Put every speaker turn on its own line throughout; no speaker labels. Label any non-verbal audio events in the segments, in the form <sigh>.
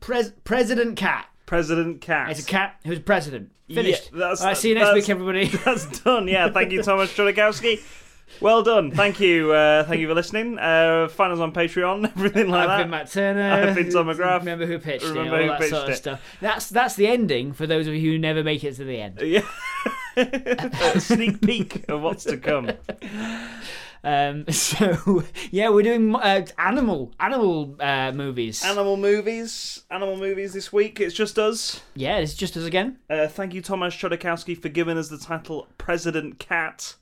Pres- President Cat.
President Cat.
It's a cat who's president. Finished.
Yeah, that's-
All right, see you next
that's-
week, everybody.
<laughs> That's done. Yeah, thank you, Thomas Chulikowski. Well done. Thank you. Uh, thank you for listening. Uh, find us on Patreon, <laughs> everything like
I've
that.
been Matt Turner.
I've been Tom McGrath.
Remember who pitched
Remember
it?
who
All that
pitched
sort of
it.
stuff. That's that's the ending for those of you who never make it to the end.
Yeah. A sneak peek of what's to come.
Um, <laughs> so yeah, we're doing uh, animal animal uh,
<laughs>
movies.
Animal movies. Animal movies this week. It's just us.
yeah, it's just us again.
Uh, thank you, Thomas Chodakowski, for giving us the title President Cat.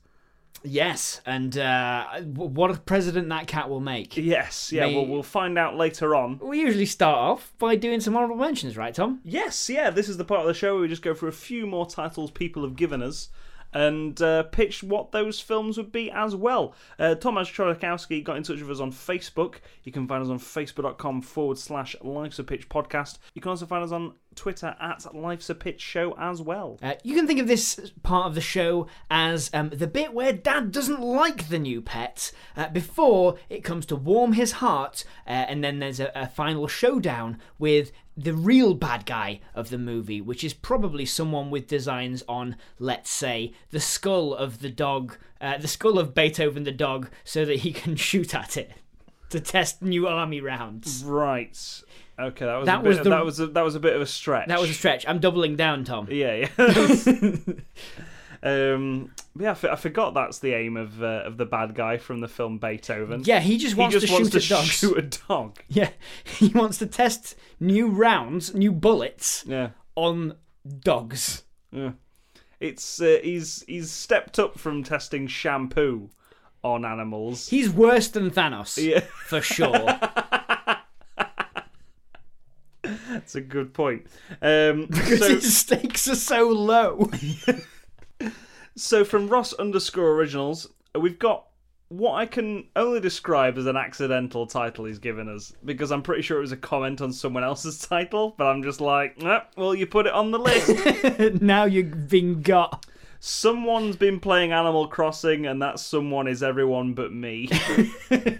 Yes, and uh, w- what a president that cat will make.
Yes. Yeah.
Me-
Well, we'll find out later on.
We usually start off by doing some honorable mentions, right, Tom?
Yes. Yeah. This is the part of the show where we just go through a few more titles people have given us. And uh, pitch what those films would be as well. Uh, Tomasz Chodakowski got in touch with us on Facebook. You can find us on facebook.com forward slash Life's a Pitch podcast. You can also find us on Twitter at Life's a Pitch Show as well.
Uh, you can think of this part of the show as um, the bit where Dad doesn't like the new pet uh, before it comes to warm his heart, uh, and then there's a, a final showdown with the real bad guy of the movie, which is probably someone with designs on, let's say, the skull of the dog, uh, the skull of Beethoven the dog, so that he <laughs> can shoot at it to test new army rounds.
Right. Okay, that was
That
a bit,
was the-
that was a, that was a bit of a stretch.
That was a stretch. I'm doubling down, Tom.
yeah, yeah.
<laughs>
<laughs> um, but yeah, I, f- I forgot that's the aim of uh, of the bad guy from the film Beethoven.
Yeah, he just
he
wants
just
to
wants
shoot
to
at dogs.
shoot a dog.
<laughs> Yeah, he wants to test new rounds, new bullets
Yeah,
on dogs.
yeah. It's uh, he's he's stepped up from testing shampoo on animals.
He's worse than Thanos,
Yeah, <laughs>
for sure.
that's a good point. Um,
<laughs> Because
so,
his stakes are so low. <laughs>
So from Ross underscore originals, we've got what I can only describe as an accidental title he's given us because I'm pretty sure it was a comment on someone else's <laughs> title, but I'm just like, "Ah, well, you put it on the list.
now you've been got.
Someone's been playing Animal Crossing, and that someone is everyone but me.
<laughs>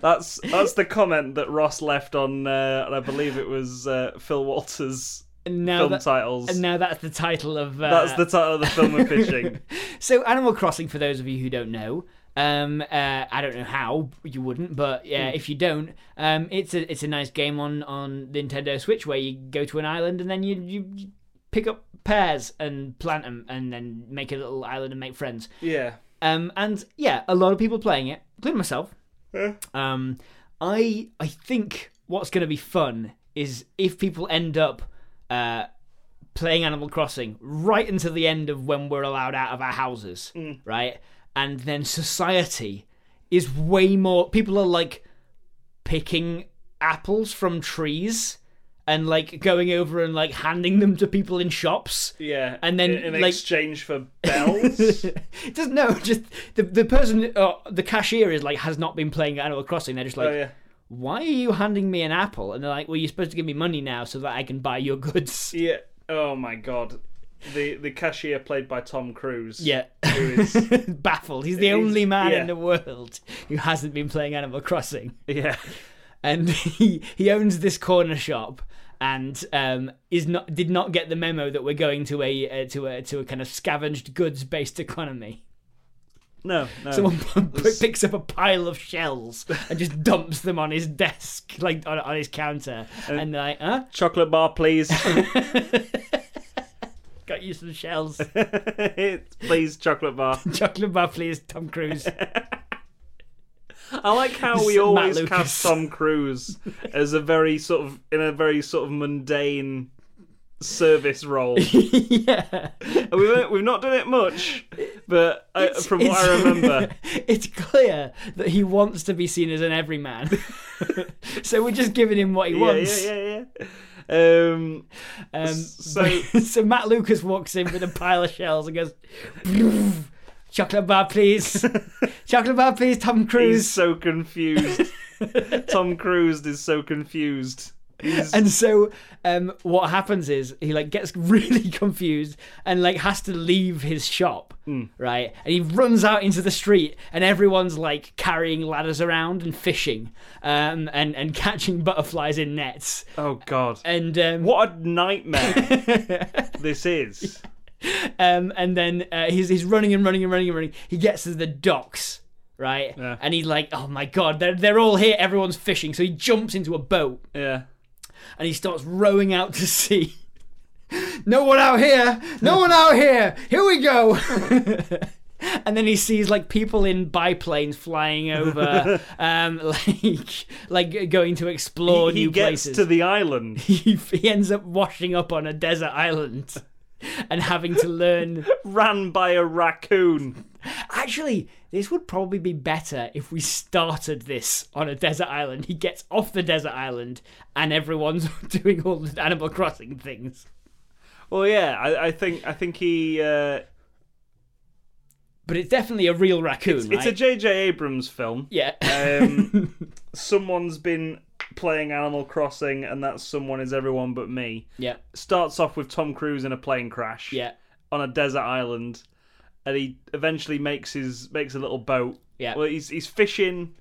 that's that's the comment that Ross left on, uh, and I believe it was uh, Phil Walters'
And now,
film
that,
titles.
and now that's the title of. Uh,
that's the title of the film we're
<laughs>
pitching.
So, Animal Crossing, for those of you who don't know, um, uh, I don't know how you wouldn't, but yeah, if you don't, um, it's a it's a nice game on on Nintendo Switch where you go to an island and then you you pick up pears and plant them and then make a little island and make friends.
Yeah.
Um, and yeah, a lot of people playing it, including myself.
Yeah.
Um, I I think what's going to be fun is if people end up uh, playing Animal Crossing right until the end of when we're allowed out of our houses, right? And then society is way more. People are like picking apples from trees and like going over and like handing them to people in shops.
Yeah,
And then,
in, in
like-
exchange for bells.
<laughs> Just no, just the the person, uh, the cashier is like has not been playing Animal Crossing. They're just like,
oh yeah,
why are you handing me an apple? And they're like, well, you're supposed to give me money now so that I can buy your goods. <laughs>
yeah. Oh my god, the the cashier played by Tom Cruise.
Yeah.
who is
<laughs> Baffled. He's the only man
yeah.
in the world who hasn't been playing Animal Crossing.
<laughs> yeah.
And <laughs> he, he owns this corner shop and um, is not did not get the memo that we're going to a uh, to a to a kind of scavenged goods based economy.
No, no.
Someone p- <laughs> picks up a pile of shells and just dumps them on his desk, like on, on his counter, and they're like, "Huh?
Chocolate bar, please.
Got you
<laughs>
some shells."
please, chocolate bar.
Chocolate bar, please, Tom
<laughs>
Cruise.
I like how we
Matt
always
Lucas.
cast Tom Cruise as a very sort of in a very sort of mundane service role.
<laughs> yeah.
we've, we've not done it much, but I,
It's-
from what I
it's- <laughs>
remember,
it's clear that he wants to be seen as
<laughs>
an everyman. so we're just giving him what he
yeah,
wants.
yeah, yeah, yeah. Um,
Um,
So-
<laughs> so Matt Lucas walks in with a pile of shells and goes, "Chocolate bar, please.
<laughs>
Chocolate bar, please. Tom
he's
Cruise."
so
<laughs>
confused. Tom Cruise is so confused. He's,
and so um, what happens is he like gets <laughs> really confused and like has to leave his shop right and he runs out into the street and everyone's like carrying ladders around and fishing um, and, and <laughs> catching butterflies in nets
oh God,
and um,
what a
<laughs>
nightmare this is.
um, and then uh, he's he's running and running and running and running. He gets to the docks, right?
Yeah.
And he's like, "Oh my god, they're they're all here. Everyone's fishing." So he jumps into a boat
Yeah.
and he starts rowing out to sea. <laughs> no one out here. No one out here. Here we go. <laughs> And then he sees like people in biplanes
<laughs>
flying over, um, <laughs> like like going to explore
he
new
gets
places
to the island.
<laughs> he, he ends up washing up on a desert island <laughs> and having to learn.
<laughs> ran by a raccoon.
Actually, this would probably be better if we started this on a desert island. He gets off the desert island and everyone's <laughs> doing all the Animal Crossing things.
Well, yeah, I, I think I think he. Uh,
But it's definitely a real raccoon,
it's a
right?
J.J. Abrams film. <laughs>
yeah.
Um,
<laughs>
someone's been playing Animal Crossing, and that someone is everyone but me.
yeah.
Starts off with Tom Cruise in a plane crash
Yeah.
on a desert island, and he eventually makes his makes a little boat.
Yeah.
Well, he's he's fishing,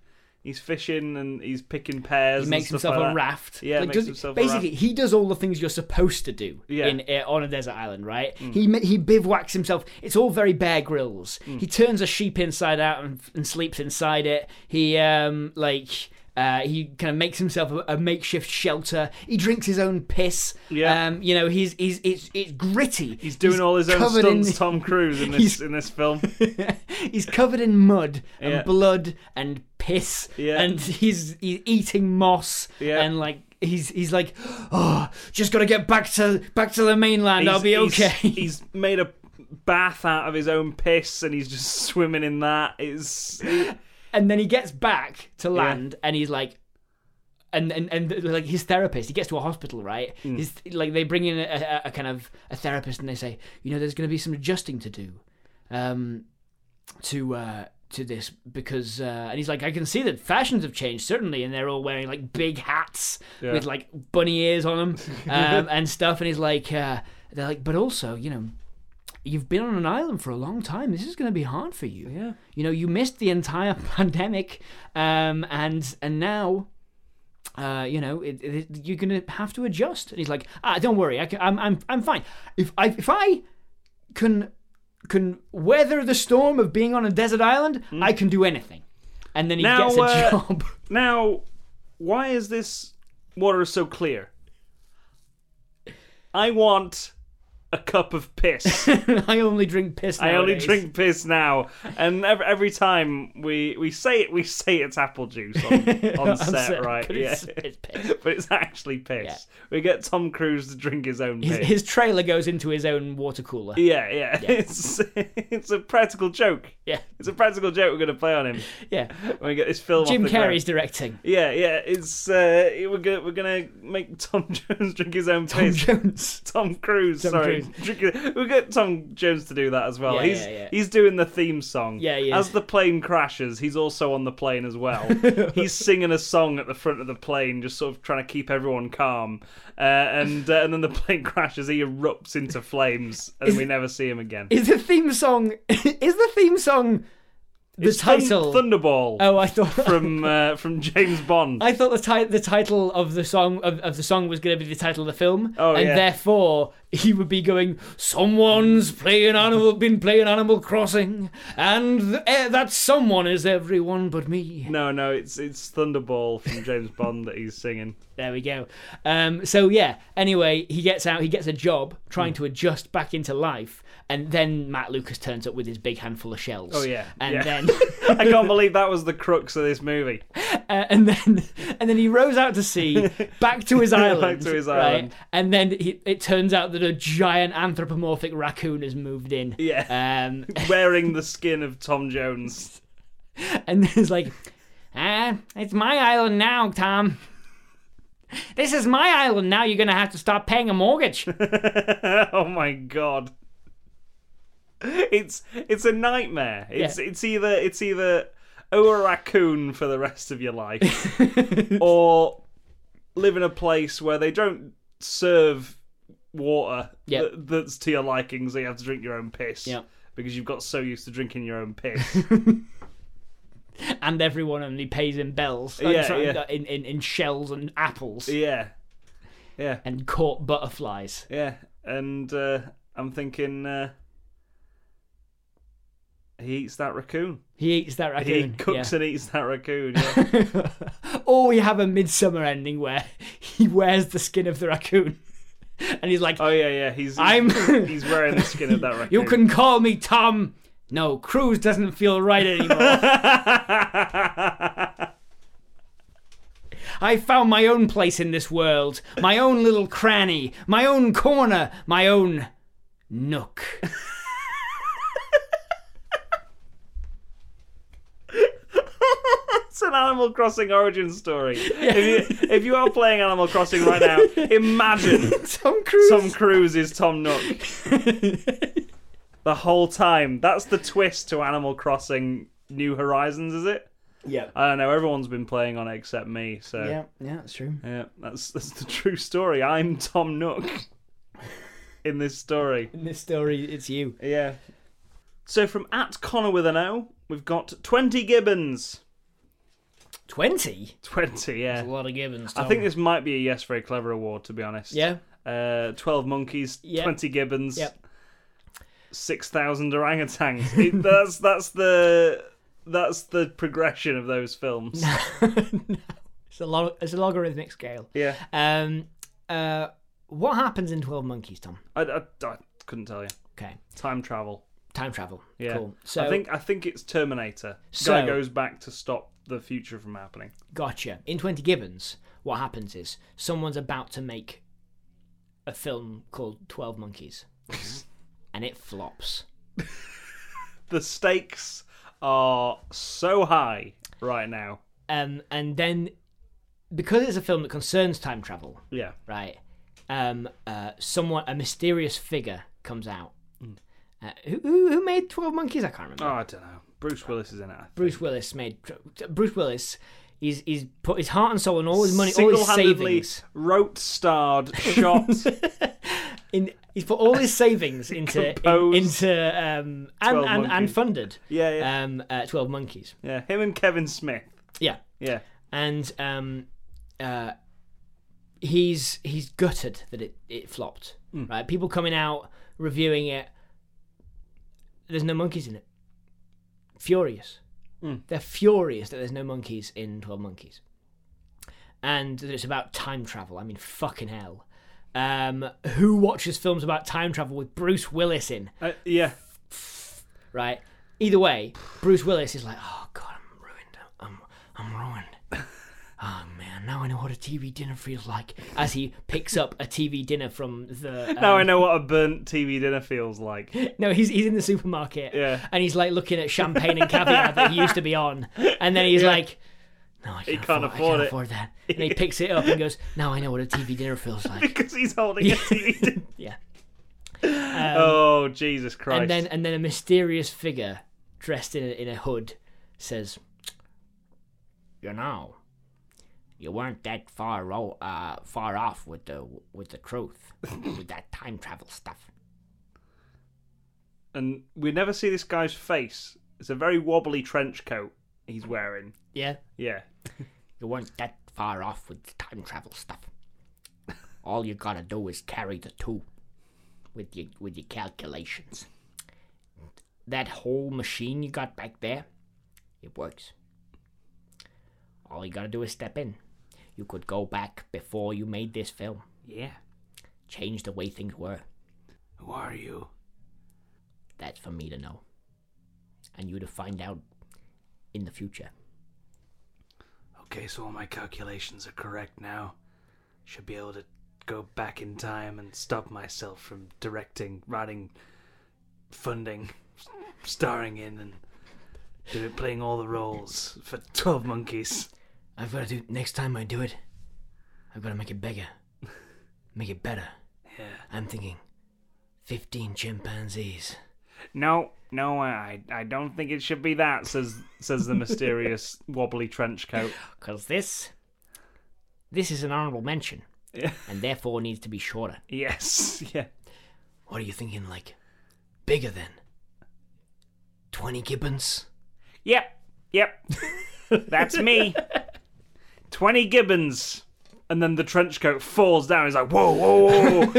he's fishing, and he's picking pears.
He
and
makes
stuff
himself
like
a
that.
raft.
Yeah,
Like,
makes
does-
himself a
basically, he does all the things you're supposed to do
Yeah. Mm.
in uh, on a desert island, right? He ma- he bivouacs himself. It's all very Bear grills.
Mm.
He turns a sheep inside out and, and sleeps inside it. He um like. Uh, he kind of makes himself a, a makeshift shelter. He drinks his own piss.
Yeah.
Um, you know, he's he's it's it's gritty.
He's doing all his own
covered in- <laughs>
stunts, Tom Cruise, in
He's-
this in this film.
<laughs> he's covered in mud and
Yeah.
blood and piss
Yeah.
and he's he's eating moss
Yeah.
and like he's he's like oh just got to get back to back to the mainland I'll be
He's-
okay <laughs>
He's, he's made a bath out of his own piss and he's just swimming in that. It's
and then he gets back to land and he's like and, and and like his therapist, he gets to a hospital, right?
Hmm.
His, like they bring in a, a, a kind of a therapist, and they say, you know, there's going to be some adjusting to do, um, to uh, to this because, uh, and he's like, I can see that fashions have changed certainly, and they're all wearing like big hats
Yeah.
with like bunny
<laughs>
ears on them um, and stuff, and he's like, uh, they're like, but also, you know, you've been on an island for a long time. This is going to be hard for you.
Yeah.
You know, you missed the entire <laughs> pandemic, um, and and now, uh, you know, it, it, you're going to have to adjust. And he's like, ah, don't worry, I can, I'm I'm I'm fine. If I if I can can weather the storm of being on a desert island, I can do anything. And then he
Hmm? Now,
gets a
uh,
job. <laughs>
now why is this water so clear? I want a cup of
<laughs>
piss.
I only drink piss.
I only
nowadays. <laughs>
drink piss now, and every, every time we we say it, we say it's apple juice
<laughs>
on, on
I'm
set,
sorry,
right?
but
Yeah, <laughs>
it's- it's piss.
but it's actually piss. We get Tom Cruise to drink his own
His,
piss.
his trailer goes into his own water cooler.
Yeah, yeah. <laughs> It's it's a practical joke.
Yeah.
It's a practical joke we're going to play on
<laughs>
him
Yeah.
when we get this film.
Jim
off the ground.
Carrey's directing.
Yeah, yeah. It's uh, we're gonna we're gonna make Tom <laughs> Jones drink his own
Tom
piss.
Jones.
Tom Cruise,
Tom
sorry. Drink- We'll get Tom Jones to do that as well.
Yeah,
he's
yeah, yeah.
he's doing the theme song.
Yeah, he
As
is.
the plane crashes, he's also on the plane as
<laughs>
well. he's singing a song at the front of the plane, just sort of trying to keep everyone calm. Uh, and uh, and then the plane <laughs> crashes. He erupts into flames, and we never see him again.
Is the theme song? <laughs> Is the theme song the
It's Thun-
title?
Thunderball
oh, I thought
from uh, from James Bond.
I thought the, ti- the title of the song of, of the song was going to be the title of the film,
Oh,
and
yeah.
therefore he would be going, "Someone's playing animal, been playing Animal Crossing, and th- eh, that someone is everyone but me."
No, no, it's it's Thunderball from James Bond that he's singing.
There we go. Um, so yeah. Anyway, he gets out. He gets a job trying
Hmm.
to adjust back into life, and then Matt Lucas turns up with his big handful of shells.
Oh, yeah.
And
Yeah. <laughs>
then,
I can't believe that was the crux of this
<laughs>
movie.
uh, and then, <laughs> and then he rows out
<laughs>
to sea, back to his island.
to his
right?
island.
And then he, it turns out that a giant anthropomorphic raccoon has moved in.
Yeah.
Um, <laughs>
Wearing the skin of Tom Jones.
and then it's like, ah, it's my island now, Tom. This is my island now. You're gonna have to stop paying
<laughs>
a mortgage.
oh my god. It's it's a nightmare. It's it's either it's either oh a raccoon for the rest of your life or live in a place where they don't serve water
Yep.
tha- that's to your liking so you have to drink your own piss.
Yep.
Because you've got so used to drinking your own piss.
and everyone only pays in bells.
Yeah,
sorry,
yeah.
In, in in shells and apples
yeah. Yeah.
and caught butterflies.
Yeah, and uh, I'm thinking uh, he eats that raccoon.
He eats that
He
raccoon.
cooks
yeah.
and eats that raccoon. Yeah.
<laughs> or we have a midsummer ending where <laughs> he wears the skin of the raccoon, <laughs> and he's like,
oh yeah, yeah. He's, he's
"I'm."
<laughs> he's wearing the skin of that raccoon.
<laughs> you can call me Tom. No, Cruz doesn't feel right anymore. I found my own place in this world, my own little cranny, my own corner, my own nook.
<laughs>
<laughs>
it's an Animal Crossing origin story. If you if you are playing Animal Crossing right
<laughs>
now, imagine
Tom Cruise.
Tom Cruise is Tom
<laughs>
Nook. the whole time. That's the twist to Animal Crossing New Horizons, is it?
yeah.
I don't know. Everyone's been playing on it except me. So yeah,
yeah, that's true.
that's that's the true story. I'm Tom
<laughs>
Nook in this story.
In this story, it's you.
Yeah. So from at Connor with an O, we've got twenty Gibbons.
20?
Twenty, yeah.
lot of Gibbons.
I think this might be a yes, very clever award. To be honest,
Yeah. <laughs>
Uh, Twelve monkeys,
Yeah.
twenty Gibbons,
Yep.
six thousand orangutans. It, <laughs> that's that's the that's the progression of those
<laughs>
films.
It's a, log- it's a logarithmic scale.
yeah,
Um, uh, what happens in 12 Monkeys, Tom?
I, I, I couldn't tell you.
Okay.
Time travel.
Time travel.
Yeah.
Cool. So,
I think I think it's Terminator.
So-
Guy goes back to stop the future from happening.
gotcha. In 20 Gibbons, what happens is someone's about to make a film called
<laughs>
12 Monkeys. and it flops.
The stakes are so high right now.
Um, and then, because it's a film that concerns time travel,
Yeah.
right? Um, uh, someone, a mysterious figure comes out.
Hmm.
Uh, who, who who made Twelve Monkeys? I can't remember.
Oh, I don't know. Bruce Willis is in it.
Bruce Willis made. Bruce Willis, he's he's put his heart and soul and all his money, all his
Single-handedly
savings.
wrote,
<laughs>
starred, shot.
In, he's put all his savings into in,
Composed
into um,
12
and, and, and
Monkeys.
funded
yeah, yeah,
um, uh, Twelve Monkeys.
yeah. Him and Kevin Smith.
Yeah,
Yeah.
and um, uh, he's he's gutted that it it flopped. Right, people coming out reviewing it. There's no monkeys in it. Furious. They're furious that there's no monkeys in Twelve Monkeys, and that it's about time travel. I mean, fucking hell. Um, who watches films about time travel with Bruce Willis in?
Uh, yeah.
right? Either way, Bruce Willis is like, oh god, I'm ruined. I'm I'm ruined.
<laughs>
Oh man, now I know what a TV dinner feels like. As he picks up a TV dinner from the. Um,
<laughs> Now I know what a burnt TV dinner feels like.
<laughs> no, he's he's in the supermarket.
Yeah. <laughs>
And he's like looking at champagne and caviar that he used to be on, and then he's like. No, I can't,
can't
afford, I
afford it."
can't afford
<laughs>
that. And he picks it up and goes, "Now I know what a TV dinner feels like."
Because he's holding a
<laughs>
TV dinner. <laughs>
Yeah. Um,
oh, Jesus Christ.
and then and then a mysterious figure dressed in a, in a hood says, "You know, you weren't that far o- uh, far off with the with the <coughs> truth with that time travel stuff."
and we never see this guy's face. It's a very wobbly trench coat he's wearing.
Yeah,
Yeah.
you weren't that far off with the time travel stuff. All you gotta do is carry the two. with your with your calculations. That whole machine you got back there, it works. All you gotta do is step in. You could go back before you made this film,
Yeah.
change the way things were.
Who are you?
That's for me to know. And you to find out in the future.
Okay, so all my calculations are correct now. Should be able to go back in time and stop myself from directing, writing, funding, <laughs> starring in, and doing, playing all the roles for 12 Monkeys.
I've gotta do next time I do it, I've gotta make it <laughs> bigger. Make it better.
Yeah.
I'm thinking fifteen chimpanzees.
No, no, I, I don't think it should be that, says, says the <laughs> mysterious wobbly trench coat.
Cause this this is an honorable mention.
Yeah.
And therefore needs to be shorter.
Yes, <laughs> yeah.
What are you thinking like bigger than? Twenty gibbons?
Yep, yep. That's me. 20 gibbons. And then the trench coat falls down. He's like, whoa, whoa, whoa. whoa."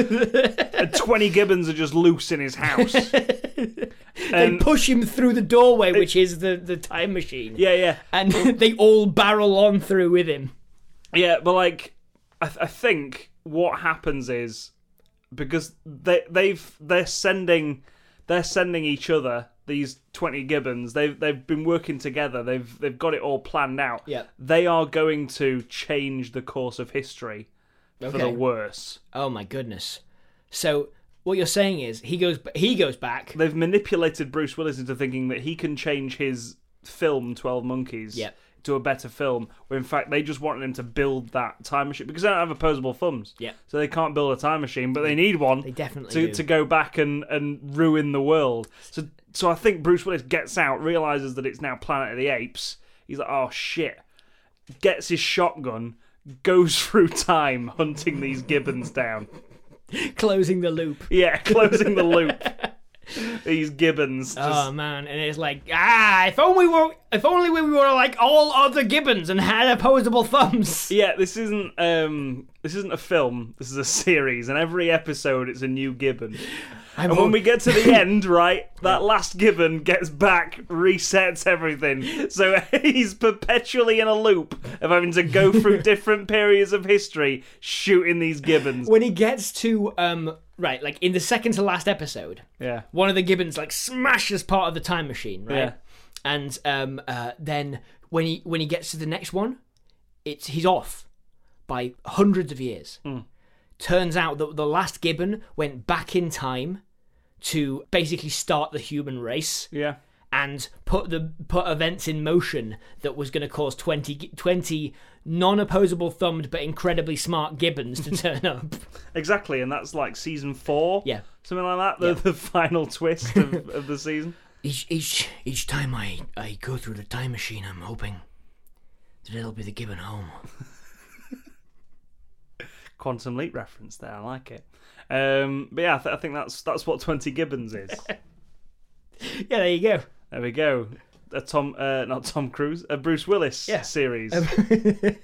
and 20 gibbons are just loose in his house.
They
And
push him through the doorway, which is the, the time machine.
yeah, yeah.
And <laughs> they all barrel on through with him.
Yeah, but like, I, th- I think what happens is because they they've they're sending they're sending each other these twenty gibbons. They've they've been working together. They've they've got it all planned out.
Yeah.
they are going to change the course of history for the
Okay.
worse.
Oh my goodness. So what you're saying is he goes he goes back.
They've manipulated Bruce Willis into thinking that he can change his film Twelve Monkeys.
Yeah.
To a better film, where in fact they just wanted him to build that time machine because they don't have opposable thumbs.
Yeah.
so they can't build a time machine, but they need one.
They definitely
to,
do.
to go back and, and ruin the world. So so I think Bruce Willis gets out, realizes that it's now Planet of the Apes. He's like, oh shit. Gets his shotgun, goes <laughs> through time hunting these gibbons down.
<laughs> closing the loop.
Yeah, closing the
<laughs>
loop. these gibbons. Just,
Oh man, and it's like ah, if only we were, if only we were like all other gibbons and had opposable
<laughs>
thumbs.
yeah, this isn't um this isn't a film. This is a series, and every episode it's a new gibbon.
I'm
And when
all-
we get to
Oh.
the end,
<laughs>
right, that last gibbon gets back, resets everything. So <laughs> he's perpetually in a loop of having to go
<laughs>
through different periods of history shooting these gibbons.
when he gets to um right, like in the second to last episode,
Yeah.
one of the gibbons like smashes part of the time machine, right?
Yeah.
And um uh, then when he when he gets to the next one, it's he's off by hundreds of years.
Hmm.
Turns out that the last gibbon went back in time to basically start the human race.
Yeah.
and put the put events in motion that was going to cause 20, gi- 20 non-opposable thumbed but incredibly smart gibbons <laughs> to turn up.
Exactly, and that's like season four.
Yeah.
Something like that. The, the final twist
<laughs>
of, of the season.
Each each each time I I go through the time machine, I'm hoping that it'll be the gibbon home.
Quantum leap reference there. I like it. Um, but yeah, I, th- I think that's that's what Twenty Gibbons is.
Yeah, there you go.
there we go. A Tom, uh, not Tom Cruise, a Bruce Willis
Yeah.
series.
That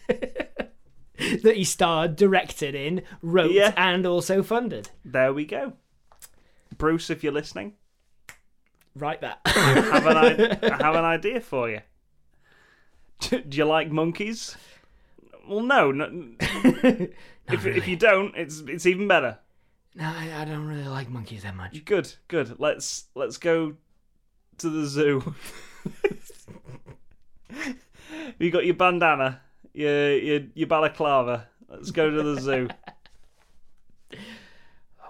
he starred, directed in, wrote,
Yeah.
and also funded.
There we go. Bruce, if you're listening,
Write that. <laughs>
have an I- I have an idea for you. Do do you like monkeys? Well, no. no
<laughs>
if, if you don't, it's it's even better.
no, I, I don't really like monkeys that much.
Good, good. Let's let's go to the zoo. <laughs> you got your bandana, your your your balaclava. Let's go to the zoo.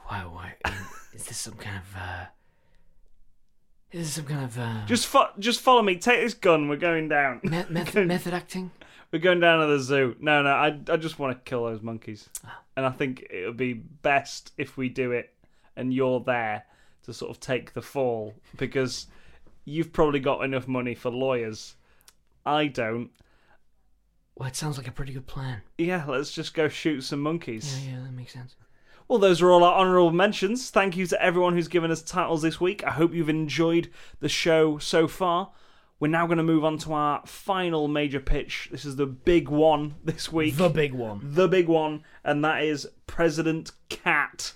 Why? Why? Is this some kind of? uh Is this some kind of? Uh,
Just fo- just follow me. Take this gun. We're going down.
Me- <laughs> method, method acting?
We're going down to the zoo. No, no, I, I just want to kill those
<sighs>
monkeys. And I think it would be best if we do it and you're there to sort of take the fall because you've probably got enough money for lawyers. I don't.
Well, it sounds like a pretty good plan.
Yeah, let's just go shoot some
Yeah,
monkeys.
yeah, that makes sense.
Well, those are all our honourable mentions. Thank you to everyone who's given us titles this week. I hope you've enjoyed the show so far. We're now going to move on to our final major pitch. This is the big one this week.
big one.
the big one, and that is President Cat.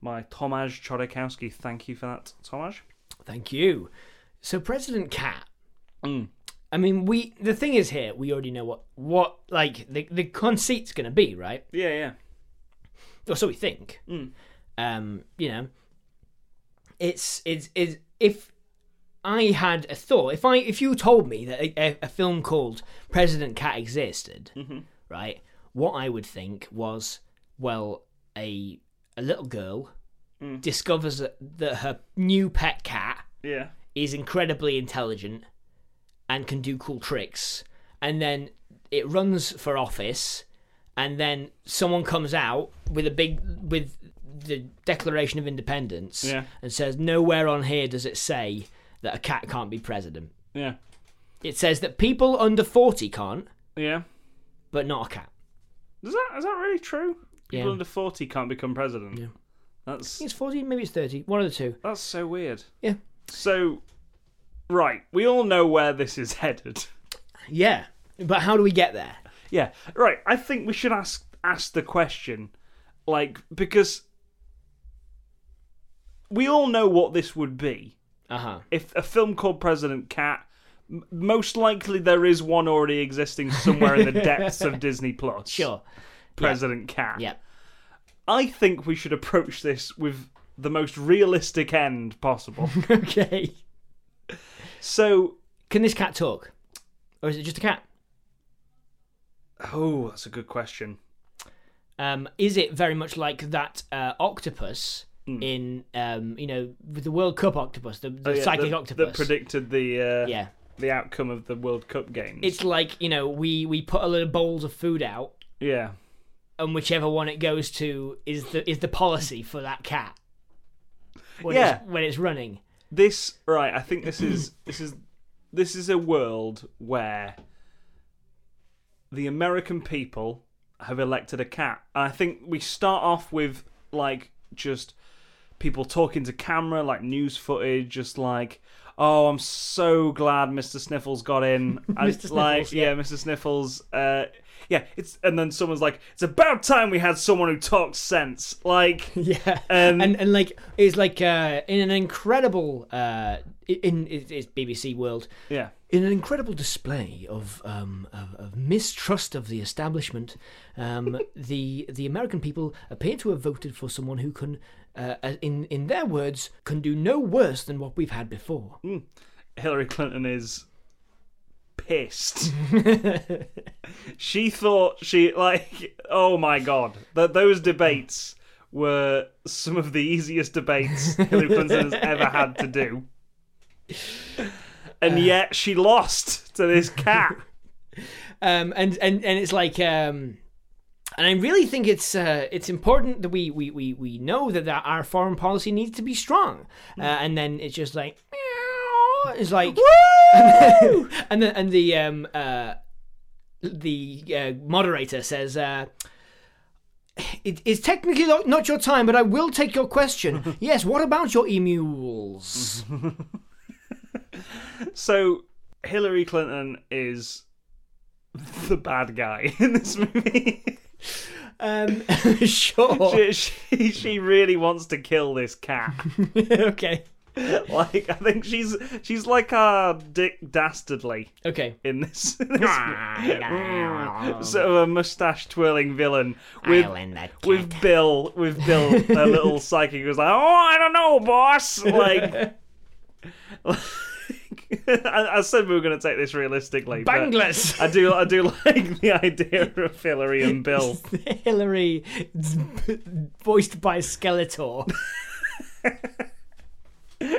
by Tomasz Chodorkowski. Thank you for that, Tomasz.
Thank you. So President Cat.
Mm.
I mean, we the thing is here, we already know what what like the the conceit's going to be, right?
Yeah, yeah.
or so we think. Um, you know, it's it's it's if I had a thought, if I if you told me that a, a, a film called President Cat existed, right? What I would think was, well, a a little girl discovers that, that her new pet cat
Yeah.
is incredibly intelligent and can do cool tricks. And then it runs for office, and then someone comes out with a big with the Declaration of Independence
Yeah.
and says, "Nowhere on here does it say that a cat can't be president.
Yeah.
It says that people under forty can't,
Yeah.
but not a cat."
Is that is that really true? People
Yeah.
under forty can't become president.
Yeah.
That's
It's forty, maybe it's thirty. One of the two.
that's so weird.
Yeah.
So right, we all know where this is <laughs> headed.
Yeah, but how do we get there?
Yeah. Right, I think we should ask ask the question like because we all know what this would be.
Uh huh.
If a film called President Cat m- most likely there is one already existing somewhere in
<laughs>
the depths of Disney Plus.
Sure.
President Cat.
Yep.
I think we should approach this with the most realistic end
<laughs>
possible.
<laughs> okay.
so,
Can this cat talk, or is it just a cat?
oh, that's a good question.
um, is it very much like that uh, octopus in um, you know with the World Cup octopus, the, the
Oh, Yeah,
psychic
that,
octopus?
that predicted the uh,
yeah,
the outcome of the World Cup games.
it's like you know we we put a little bowls of food out,
yeah,
and whichever one it goes to is the is the policy for that cat. When
Yeah.
it's, when it's running.
this right. I think this is this is this is a world where the American people have elected a cat. And I think we start off with like just people talking to camera, like news footage, just like, oh, I'm so glad Mr. Sniffles got in. I
Sniffles,
like, yeah, Mr. Sniffles. Uh, yeah, it's and then someone's like, it's about time we had someone who talks sense. Like,
Yeah,
Um,
and and like it's like uh, in an incredible uh, in, in it's BBC World
yeah,
In an incredible display of, um, of, of mistrust of the establishment, um, the the American people appear to have voted for someone who can, uh, uh, in in their words, can do no worse than what we've had before.
Hillary Clinton is pissed. she thought she like oh my god that those debates were some of the easiest debates Hillary Clinton has ever had to do. And yet she lost to this cat.
Um, and and and it's like, um, and I really think it's uh, it's important that we we, we, we know that, that our foreign policy needs to be strong, uh, and then it's just like, meow, it's like. <laughs> and the and the um uh the uh, moderator says uh it is technically not, not your time, but I will take your question. yes, what about your emules?
so Hillary Clinton is the bad guy in this movie.
um, <laughs>
she,
sure. <laughs>
she, she really wants to kill this cat.
okay.
<laughs> like I think she's she's like our Dick Dastardly
Okay. <laughs>
in this, <laughs> in
Ah,
this <laughs> sort of a mustache twirling villain with
that
with Bill with Bill a little psychic who's like oh I don't know boss like. <laughs> I, I said we were going to take this realistically. but
Bangless. <laughs>
I do. I do <laughs> like the idea of Hillary and
<laughs>
Bill.
Hillary, voiced by Skeletor.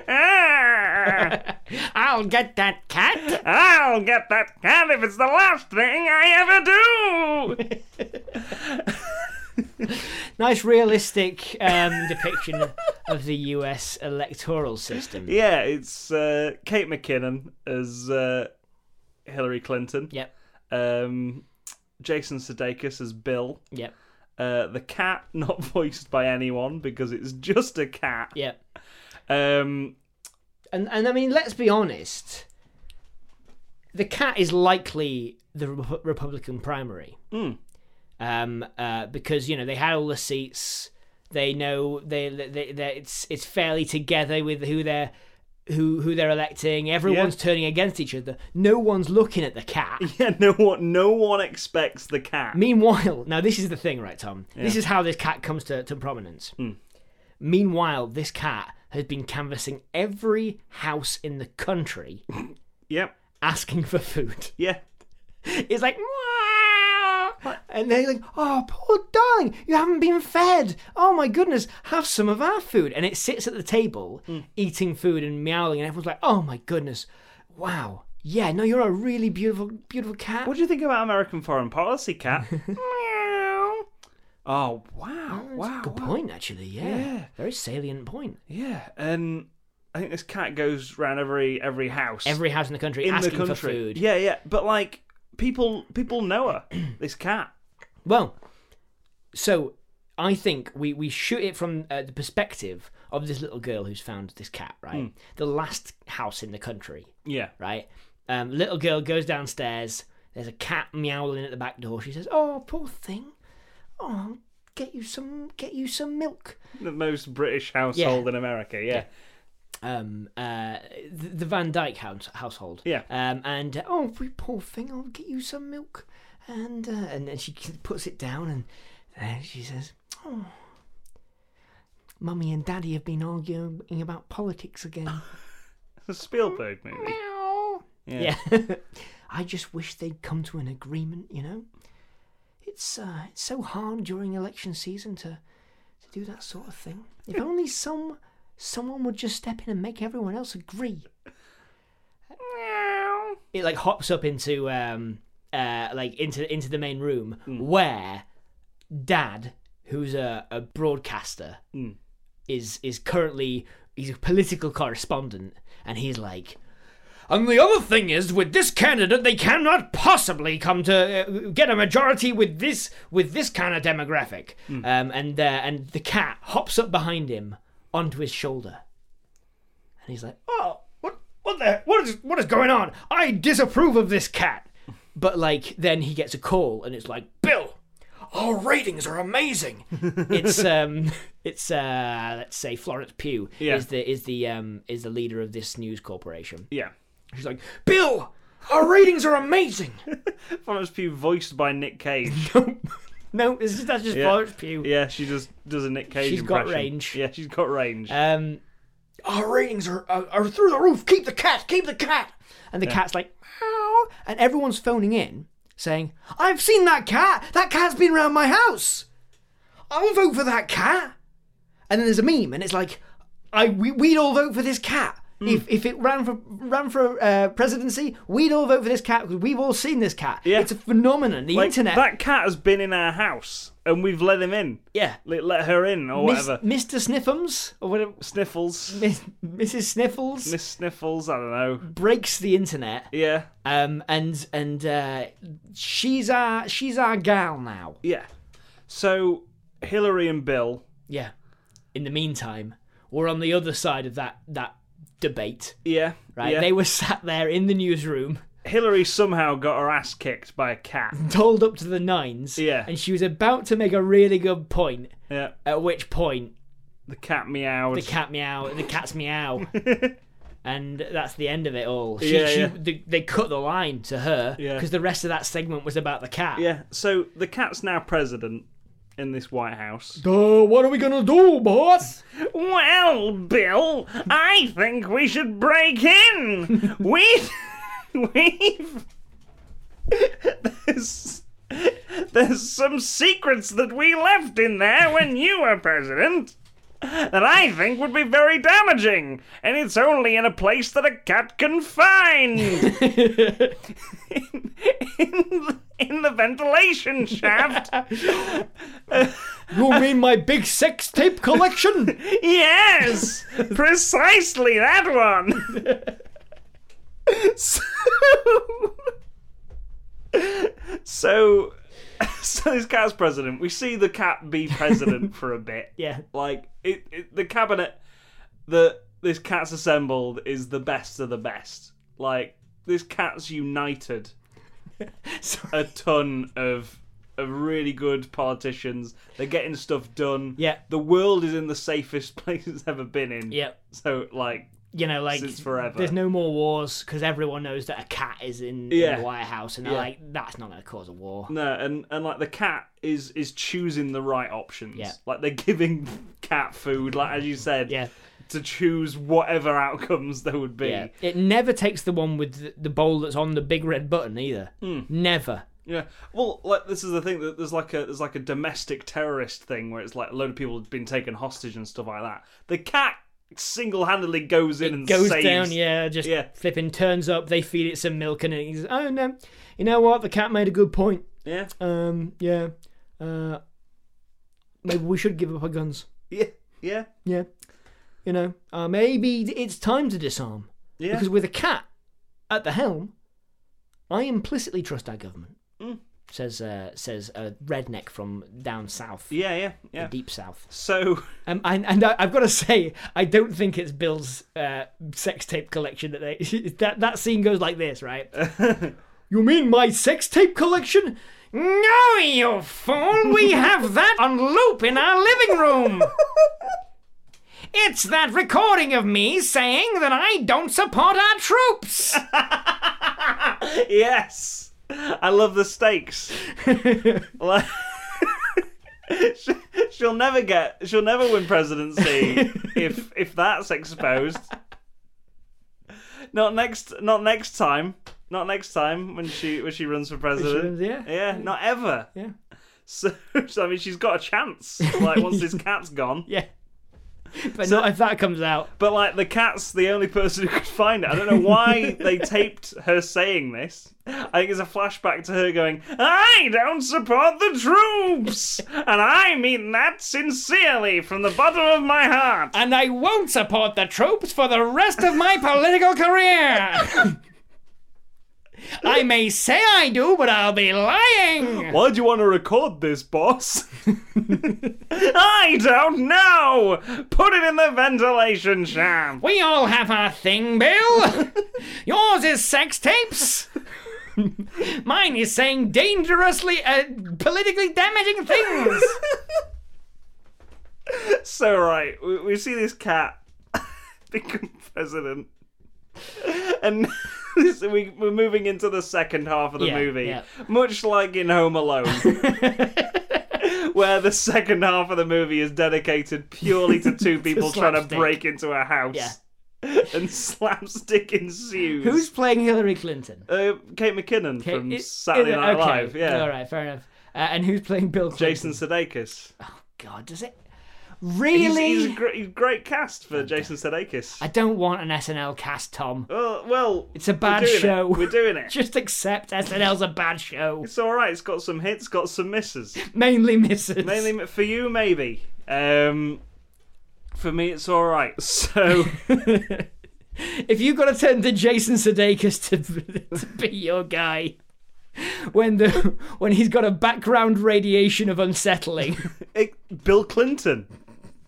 Ah!
I'll get that cat.
I'll get that cat if it's the last thing I ever do.
Nice realistic um, depiction of the U.S. electoral system.
Yeah, it's uh, Kate McKinnon as uh, Hillary Clinton.
Yep.
Um, Jason Sudeikis as Bill.
Yep.
Uh, the cat, <laughs> not voiced by anyone because it's just a cat.
Yep.
Um,
And and I mean, let's be honest. The cat is likely the Rep- Republican primary, um, uh, because you know they had all the seats. They know they, they, they it's it's fairly together with who they're who who they're electing. Everyone's turning against each other. No one's looking at the cat.
Yeah, no one, no one expects the cat.
Meanwhile, now this is the thing, right, Tom? This is how this cat comes to, to prominence. Meanwhile, this cat has been canvassing every house in the country
Yep.
asking for food. <laughs>
Yeah.
It's like, "Meow." and they're like, oh, poor darling, you haven't been fed. Oh my goodness, have some of our food. And it sits at the table
Hmm.
eating food and meowing, and everyone's like, oh my goodness, wow. Yeah, no, you're a really beautiful, beautiful cat.
What do you think about American foreign policy,
<laughs>
cat? Meow. oh wow!
That's
wow.
a good
wow.
point, actually. Yeah.
Yeah.
very salient point.
Yeah. Um, I think this cat goes round every every house
Every house in the country
in the
asking
country.
for food.
Yeah, yeah. But like people people know her. <clears throat> this cat.
Well, so I think we we shoot it from uh, the perspective of this little girl who's found this cat, right? The last house in the country,
Yeah.
right? Um, little girl goes downstairs. There's a cat meowling at the back door. She says, "Oh, poor thing. Oh, I'll get you some, get you some milk."
The most British household in America. Yeah.
um uh the, the Van Dyke house, household.
Yeah.
Um and uh, oh we poor thing, I'll get you some milk, and uh, and then she <laughs> puts it down and then she says, oh, mummy and daddy have been arguing about politics again.
It's a Spielberg movie.
<laughs> Meow.
Yeah.
Yeah. <laughs> I just wish they'd come to an agreement, you know. It's uh, it's so hard during election season to to do that sort of thing. If only some someone would just step in and make everyone else agree. It like hops up into um uh like into into the main room where Dad, who's a, a broadcaster, is is currently he's a political correspondent, and he's like. And the other thing is, with this candidate, they cannot possibly come to uh, get a majority with this with this kind of demographic. Um, and uh, and the cat hops up behind him onto his shoulder, and he's like, "Oh, what what the what is what is going on? I disapprove of this cat." But like, then he gets a call, and it's like, "Bill, our ratings are amazing." it's um, it's uh, let's say Florence Pugh
Yeah.
is the is the um is the leader of this news corporation.
Yeah.
She's like, Bill, our ratings are amazing.
Florence Pugh voiced by Nick Cage.
<laughs> no, it's just, that's just
Yeah.
Florence Pugh.
yeah, she just does a Nick Cage
She's got
impression.
range.
Yeah, she's got range.
Um, our ratings are, are are through the roof. Keep the cat. Keep the cat. And the cat's like, meow. And everyone's phoning in saying, I've seen that cat. That cat's been round my house. I'll vote for that cat. And then there's a meme, and it's like, I we, we'd all vote for this cat.
Hmm.
If, if it ran for ran for uh, presidency, we'd all vote for this cat because we've all seen this cat.
Yeah.
It's a phenomenon. The
Like,
internet.
That cat has been in our house, and we've let him in.
yeah.
Let, let her in, or
Miss-
whatever.
Mr. Sniffums or whatever. <laughs>
Sniffles.
Miss, Mrs. Sniffles
Miss Sniffles. I don't know.
breaks the internet,
Yeah.
um, and and uh, she's our she's our gal now.
Yeah. So Hillary and Bill.
Yeah. In the meantime, we're on the other side of that that debate,
Yeah.
right?
Yeah.
They were sat there in the newsroom, <laughs>
Hillary somehow got her ass kicked by a cat.
told up to the nines,
Yeah.
and she was about to make a really good point.
Yeah.
At which point,
The cat meowed.
the cat meow, the cat's meow.
<laughs>
And that's the end of it all. She,
Yeah,
she,
yeah.
The, they cut the line to her because
Yeah.
the rest of that segment was about the cat.
yeah. So the cat's now president in this White House.
Duh, what are we gonna do, <laughs> boss?
Well, Bill, I think we should break in. <laughs> We've. We've. There's. There's some secrets that we left in there when you were president that I think would be very damaging, and it's only in a place that a cat can find. in, in, in the ventilation shaft.
You mean my big sex tape collection?
Yes, precisely that one. so, so, so this cat's president. We see the cat be president for a bit.
<laughs> yeah.
Like it, it, the cabinet that this cat's assembled is the best of the best. Like
<laughs>
this cat's united a ton of of really really good politicians. They're getting stuff done.
Yeah.
The world is in the safest <laughs> place it's ever been in.
Yeah.
So, like,
You know, like
Since forever.
there's no more wars because everyone knows that a cat is in, in
Yeah.
the White House, and they're
Yeah. Mm.
like, that's not going to cause a war.
no, and, and like the cat is is choosing the right options.
Yeah.
Like they're giving cat food, like as you said,
Yeah.
to choose whatever outcomes there would be.
Yeah. It never takes the one with the, the bowl that's on the big red button either.
Mm.
Never.
Yeah. Well, like this is the thing that there's like a there's like a domestic terrorist thing where it's like a load of people have been taken hostage and stuff like that. The cat single-handedly goes in and
goes
saves.
down, yeah, just
Yeah.
flipping turns up. They feed it some milk, and it's oh no, you know what? The cat made a good point.
Yeah.
Um, yeah, uh, maybe we should give up our guns.
Yeah. Yeah.
Yeah, you know, uh, maybe it's time to disarm
Yeah.
because with a cat at the helm, I implicitly trust our government.
Mm.
Says uh, says a redneck from down south,
yeah. Yeah. Yeah.
the deep south.
So <laughs>
Um, and and I, I've got to say, I don't think it's Bill's uh, sex tape collection that they <laughs> that that scene goes like this, right? you mean my sex tape collection? No, you fool! We have that on loop in our living <laughs> room. It's that recording of me saying that I don't support our troops.
yes, I love the stakes. Like- <laughs> She- she'll never get. She'll never win presidency if if that's exposed. Not next. Not next time. Not next time when she when she runs for president.
runs, yeah.
Yeah. Not ever.
<laughs>
<laughs>
yeah,
So, so I mean, she's got a chance. Like once this cat's gone.
yeah. But not if that comes out.
But like the cat's the only person who could find it. I don't know why <laughs> they taped her saying this. I think it's a flashback to her going, "I don't support the troops, and I mean that sincerely from the bottom of my heart."
and I won't support the troops for the rest of my political <laughs> career. I may say I do, but I'll be <laughs> lying.
<laughs> Why do you want to record this, boss? <laughs> I don't know. Put it in the ventilation shaft.
We all have our thing, <laughs> Bill. Yours is sex tapes. Mine is saying dangerously, uh, politically damaging <laughs> things.
So right, we, we see this cat <laughs> become president, and <laughs> this, we, we're moving into the second half of the
Yeah,
movie,
yeah.
much like in Home Alone,
<laughs>
where the second half of the movie is dedicated purely to
<laughs>
two people trying to
slapstick.
break into a house, <laughs> and slapstick ensues.
Who's playing Hillary Clinton?
uh, Kate McKinnon from
It-
Saturday
is it-
Night
okay.
Live? Yeah,
All right, fair enough. Uh, and who's playing Bill Clinton? Oh,
Jason Sudeikis.
God, does it
He's-
really?
He's, a gr- he's a great cast for Jason Sudeikis.
I don't want an SNL cast, Tom. <laughs>
Well, well,
It's a bad
we're doing it.
show.
We're doing it.
Just accept SNL's a bad show.
It's all right. It's got some hits, got some misses.
Mainly misses.
Mainly for you, maybe. Um, for me, it's all right. <laughs> So
<laughs> If you've got to turn to Jason Sudeikis to, <laughs> to be your guy when the when he's got a background radiation of unsettling, <laughs>
it, Bill Clinton.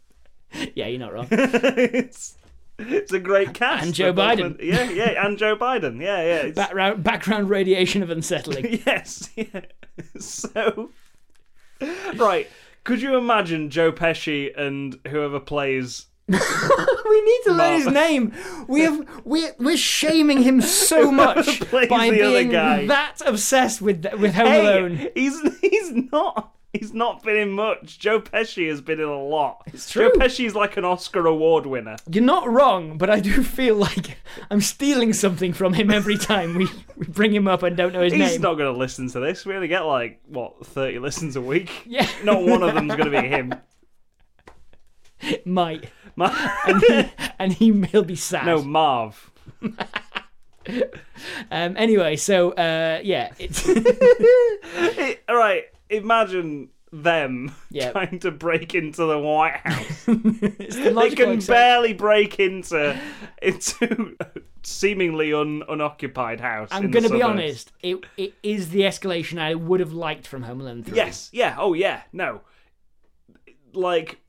<laughs>
yeah, you're not wrong.
it's, it's a great cast.
And Joe
for Bill
Biden.
Clinton. Yeah, yeah, and Joe Biden. Yeah, yeah. It's,
Background background radiation of unsettling.
<laughs>
<laughs>
yes. Yeah. So right, could you imagine Joe Pesci and whoever plays?
we need to learn his
Mark.
name. We have we we're shaming
<laughs>
him so much
plays
by
the other
being
guy.
that obsessed with with Home Alone.
Hey, he's he's not. He's not been in much. Joe Pesci has been in a lot. It's
true.
Joe Pesci's like an Oscar award winner.
You're not wrong, but I do feel like I'm stealing something from him every time we, we bring him up and don't know his
He's
name.
not going to listen to this. We only get like what thirty listens a week.
<laughs> Yeah.
not one of them's going to be
<laughs>
him.
Might.
Ma- <laughs>
and he will be sad.
no,
<laughs>
Marv.
Um, anyway, so uh, yeah, it's <laughs>
It- all right, imagine them <laughs>
Yeah.
trying to break into the White House. they
logical
can
except-
barely break into <laughs> into a seemingly un, unoccupied house.
I'm
in
going
the
to be
suburbs.
honest. It it is the escalation I would have liked from Home Alone 3.
Yes, yeah, oh yeah, no. Like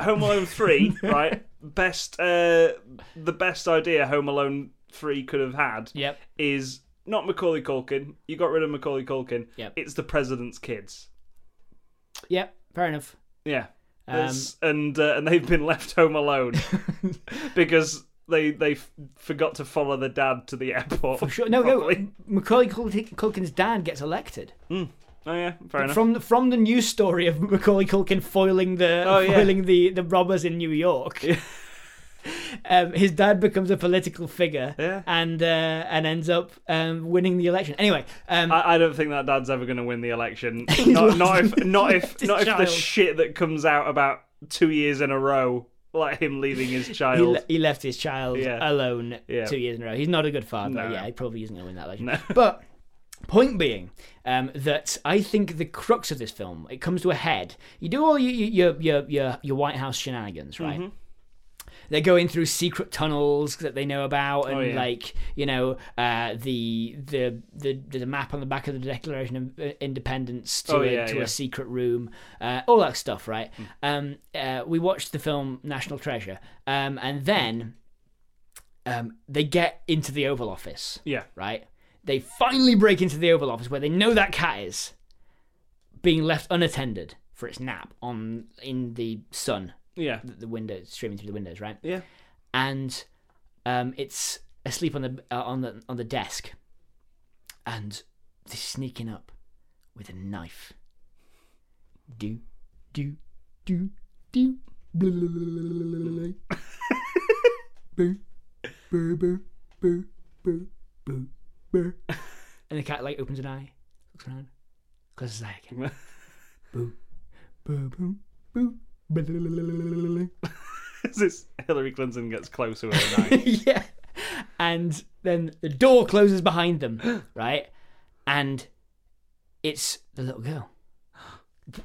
Home Alone
<laughs>
3, right? Best uh the best idea Home Alone 3 could have had
Yep.
is not Macaulay Culkin. You got rid of Macaulay Culkin.
Yep.
It's the president's kids.
Yep, fair enough.
Yeah.
Um,
There's- and uh, and they've been left home
<laughs>
alone because they they f- forgot to follow the dad to the airport.
for sure. No,
properly.
no. Macaulay Culkin- Culkin's dad gets elected
Oh yeah, fair enough.
from the, from the news story of Macaulay Culkin foiling the
Oh, yeah.
foiling the, the robbers in New York. <laughs> um, his dad becomes a political figure
Yeah.
and uh, and ends up um, winning the election. Anyway, um,
I, I don't think that dad's ever going to win the
<laughs>
election. Not, not if not if
his
not if the
child.
shit that comes out about two years in a row, like him leaving his
<laughs> he,
child.
le- he left his child
Yeah.
alone
Yeah.
two years in a row. He's not a good father.
No.
Yeah, he probably isn't going to win that election.
No.
But point being um, that I think the crux of this film it comes to a head. You do all your your your your, your White House shenanigans, right?
Mm-hmm.
They're going through secret tunnels that they know about, and
Oh, yeah.
like you know, uh, the the the the map on the back of the Declaration of uh, Independence to,
Oh,
a,
yeah,
to
yeah. Hmm.
a secret room, uh, all that stuff, right? Um, uh, we watched the film National Treasure, um, and then um, they get into the Oval Office,
yeah,
right? They finally break into the Oval Office where they know that cat is being left unattended for its nap on in the sun, <laughs>
yeah, <laughs>
the- the window streaming through the windows, right?
yeah.
and um, it's asleep on the uh, on the on the desk, and they're sneaking up with a knife. Do, do, do, do. Boo, boo, boo, boo, boo, boo, boo. And the cat like opens an eye, looks around, closes his eye again. Boo, boo, boo, boo. Boo.
This Hillary Clinton gets closer with her knife.
<laughs> yeah. And then the door closes behind them, <gasps> right? And it's the little girl.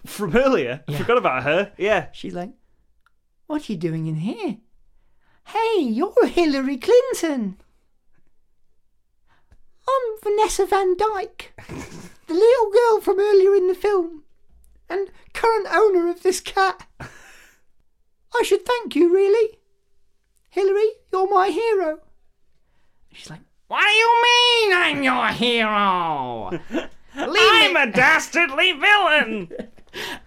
from earlier. I
Yeah.
forgot about her. Yeah.
She's like, What are you doing in here? Hey, you're Hillary Clinton. I'm Vanessa Van <laughs> Dyke, the little girl from earlier in the film, and current owner of this cat. I should thank you, really. Hillary, you're my hero. She's like, What do you mean I'm your hero? <laughs> Leave
I'm a dastardly villain.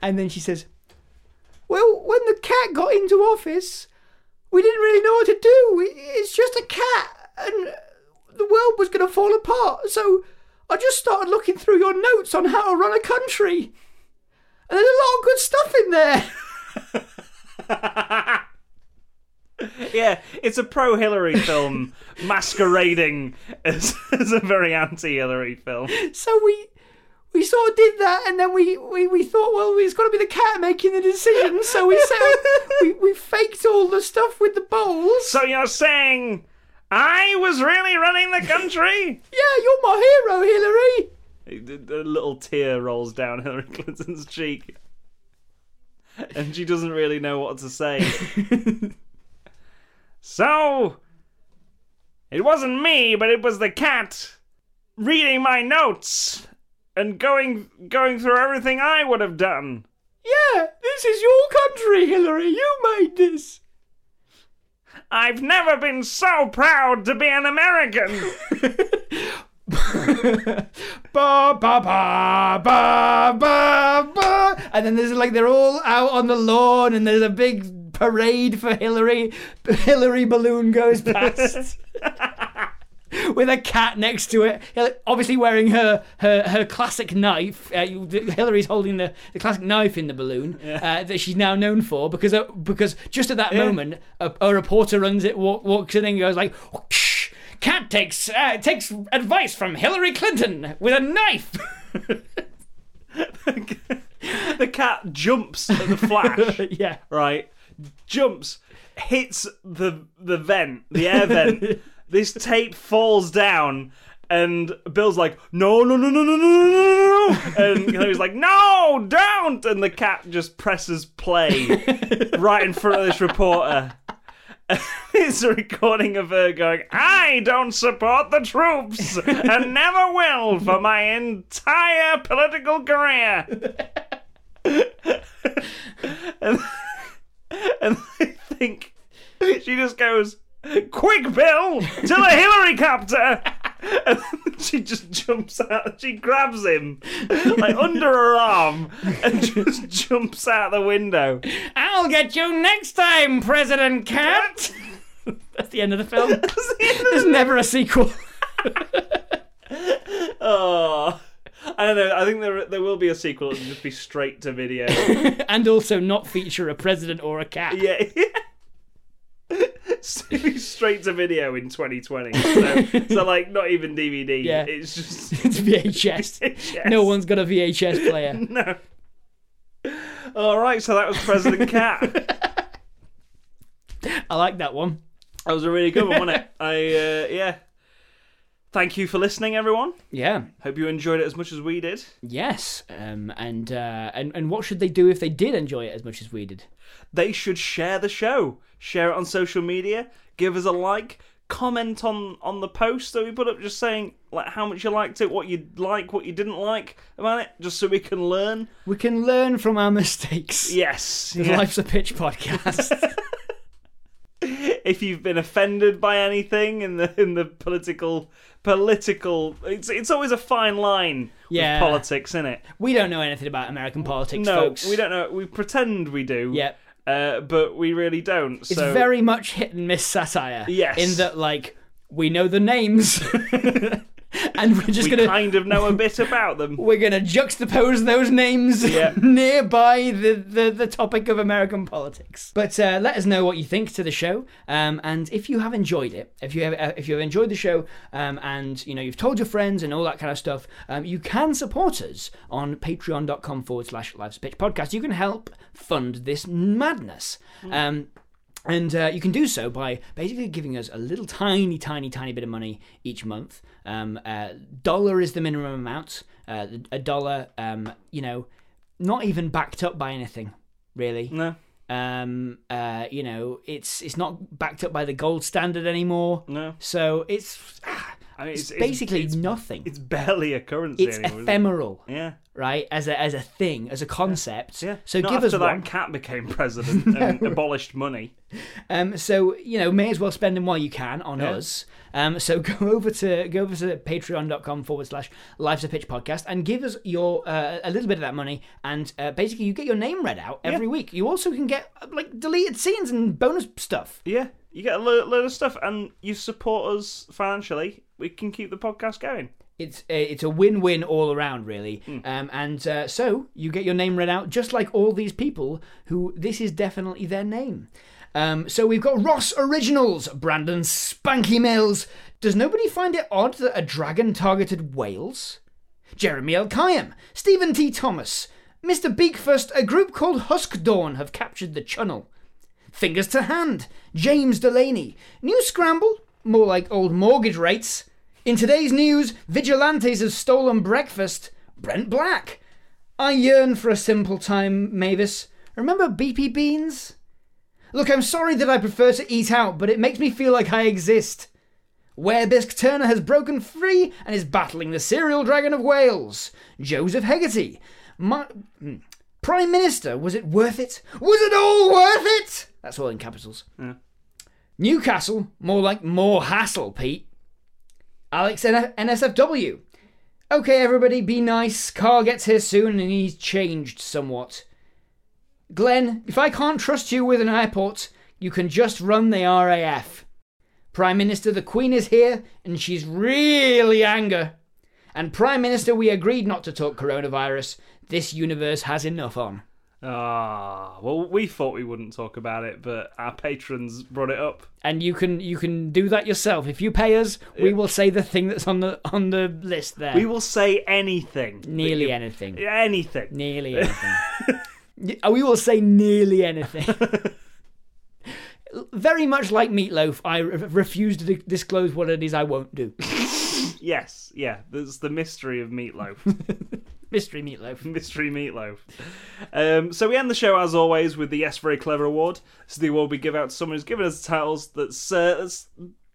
and then she says, Well, when the cat got into office, we didn't really know what to do. It- It's just a cat, and the world was going to fall apart. So I just started looking through your notes on how to run a country. And there's a lot of good stuff in there.
<laughs>
<laughs>
yeah, it's a pro Hillary film <laughs> masquerading as, as a very anti Hillary film.
so we. We sort of did that, and then we, we, we thought, well, it's got to be the cat making the decisions. So we set up, we, we faked all the stuff with the bowls.
So you're saying I was really running the <laughs> country?
Yeah, you're my hero, Hillary. <laughs>
a little tear rolls down Hillary Clinton's cheek. And she doesn't really know what to say. so, it wasn't me, but it was the cat reading my notes and going going through everything I would have done.
Yeah, this is your country, Hillary. You made this.
I've never been so proud to be an American.
<laughs> ba ba ba ba ba ba. And then there's like they're all out on the lawn, and there's a big parade for Hillary. <laughs> Hillary balloon goes past. With a cat next to it, Hil- obviously wearing her her, her classic knife. Uh, you- Hillary's holding the, the classic knife in the balloon uh, that she's now known for because uh, because just at that moment a, a reporter runs it walk, walks in and goes like, "Oh, "Cat takes uh, takes advice from Hillary Clinton with a knife."
<laughs>
<laughs>
the cat jumps at the <laughs> flash.
yeah,
right? Jumps, hits the the vent, the air vent. this tape falls down, and Bill's like, "No, no, no, no, no, no, no!" no, no." And Hillary's like, "No, don't!" And the cat just presses play right in front of this reporter. <laughs> It's a recording of her going, I don't support the troops and never will for my entire political career. And <laughs> I think she just goes, Quick, Bill, to the Hillary copter! <laughs> And then she just jumps out. and She grabs him like under her arm and <laughs> just jumps out the window. <laughs>
I'll get you next time, President Cat. <laughs> That's the end of the film.
That's the end of
There's never a sequel. <laughs>
Oh, I don't know. I think there there will be a sequel. It'll just be straight to <laughs> video.
and also not feature a president or a cat.
yeah. <laughs> It's gonna be straight to video in 2020. So, so like not even DVD.
Yeah.
It's just <laughs>
<laughs> it's VHS.
Yes.
No one's got a VHS <laughs>
<laughs>
player.
no. All right, so that was President Cat.
I like that one.
That was a really good one, wasn't it? I uh, yeah. Thank you for listening, everyone.
Yeah.
Hope you enjoyed it as much as we did.
Yes. Um. And uh. And and what should they do if they did enjoy it as much as we did?
they should share the show. Share it on social media. Give us a like. Comment on on the post that we put up, just saying like how much you liked it, what you like, what you didn't like about it, just so we can learn.
We can learn from our mistakes.
Yes,
The
yeah.
Life's a Pitch <laughs> podcast.
if you've been offended by anything in the in the political political, it's it's always a fine line
Yeah.
with politics, in it.
we don't know anything about American politics,
No,
folks.
we don't know. We pretend we do.
Yep.
Uh, but we really don't.
It's
so
very much hit and miss satire.
Yes.
In that, like, we know the <laughs> names, and we're just
we
gonna
kind of know a
<laughs>
bit about them.
we're gonna juxtapose those <laughs> names
Yeah.
nearby the, the the topic of American politics. But uh, let us know what you think to the show, um, and if you have enjoyed it, if you have uh, if you have enjoyed the show, um, and you know you've told your friends and all that kind of stuff, um, you can support us on Patreon.com forward slash Life's a Pitch podcast. You can help fund this madness. Um, and uh, you can do so by basically giving us a little tiny, tiny, tiny bit of money each month. Um, uh, dollar is the minimum amount. Uh, a dollar, um, you know, not even backed up by anything, really
No,
um uh you know it's it's not backed up by the gold standard anymore
no.
so it's ah,
I mean,
it's,
it's,
basically
it's,
nothing
it's
it's,
barely a currency anymore. is it?
ephemeral
Yeah,
right as a as a thing as a concept
yeah.
so
Not
give
after
us
that
one
cat
<laughs>
became president and abolished money.
Um, so you know, may as well spend them while you can on
Yeah.
us. Um, so <laughs> go over to go over to patreon.com forward slash life's a pitch podcast and give us your uh, a little bit of that money and uh, basically you get your name read out every week. You also can get uh, like deleted scenes and bonus stuff.
Yeah, you get a lo- load of stuff, and you support us financially. We can keep the podcast going.
It's uh, it's a win win all around really. Um, and uh, so you get your name read out just like all these people who this is definitely their name. Um, so we've got Ross Originals, Brandon Spanky Mills. Does nobody find it odd that a dragon targeted whales? Jeremy L. Kayam, Stephen T. Thomas, Mr. Beakfist, a group called Husk Dawn have captured the channel. Fingers to Hand, James Delaney. New scramble, more like old mortgage rates. In today's news, vigilantes have stolen breakfast. Brent Black. I yearn for a simple time, Mavis. Remember BP Beans? Look, I'm sorry that I prefer to eat out, but it makes me feel like I exist. Werebisk Turner has broken free and is battling the serial dragon of Wales. Joseph Hegarty. Ma- hmm. Prime Minister, was it worth it? Was it all worth it? That's all in capitals.
Yeah.
Newcastle, more like more hassle, Pete. Alex N- NSFW. Okay, everybody, be nice. Carl gets here soon and he's changed somewhat. Glenn, if I can't trust you with an airport, you can just run the RAF. Prime Minister, the Queen is here and she's really anger. And Prime Minister, we agreed not to talk coronavirus. This universe has enough on.
Ah, well, we thought we wouldn't talk about it, but our patrons brought it up.
And you can you can do that yourself. If you pay us, we will say the thing that's on the on the list there.
We will say anything, that
nearly
you-
anything.
anything.
Nearly anything.
<laughs>
Y- oh, we will say nearly anything. Very much like meatloaf, I re- refuse to di- disclose what it is I won't do.
Yes, yeah. There's the mystery of meatloaf. <laughs>
Mystery meatloaf.
Mystery Meatloaf. Um, so we end the show as always with the Yes Very Clever Award. This is the award we give out to someone who's given us titles that's, uh, that's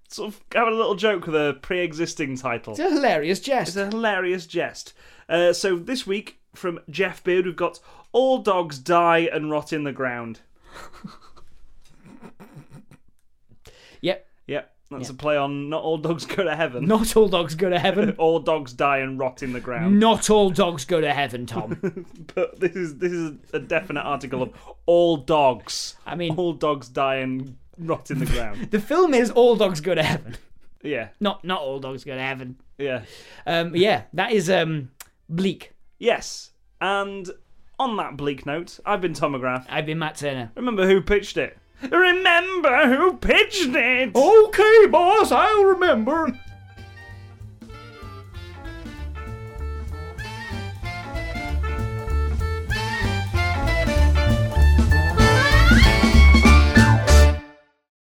sort of having a little joke with a pre-existing title.
It's a hilarious jest.
It's a hilarious jest. Uh, so this week from Jeff Beard, we've got All Dogs Die and Rot in the Ground.
Yep.
Yep. That's a play on not all dogs go to heaven.
Not all dogs go
<laughs>
to heaven.
All dogs die and rot in the ground.
Not all dogs go to heaven, Tom.
<laughs> But this is this is a definite article of all dogs.
I mean-
<laughs> all dogs die and rot in the
<laughs>
ground.
the film is all dogs go to heaven.
Yeah,
Not not all dogs go to heaven.
yeah,
Um, yeah, that is um, bleak.
yes. And on that bleak note, I've been Tom McGrath.
I've been Matt Turner.
Remember who pitched it? Remember who pitched it?
Oh, Okay, boss, I'll remember.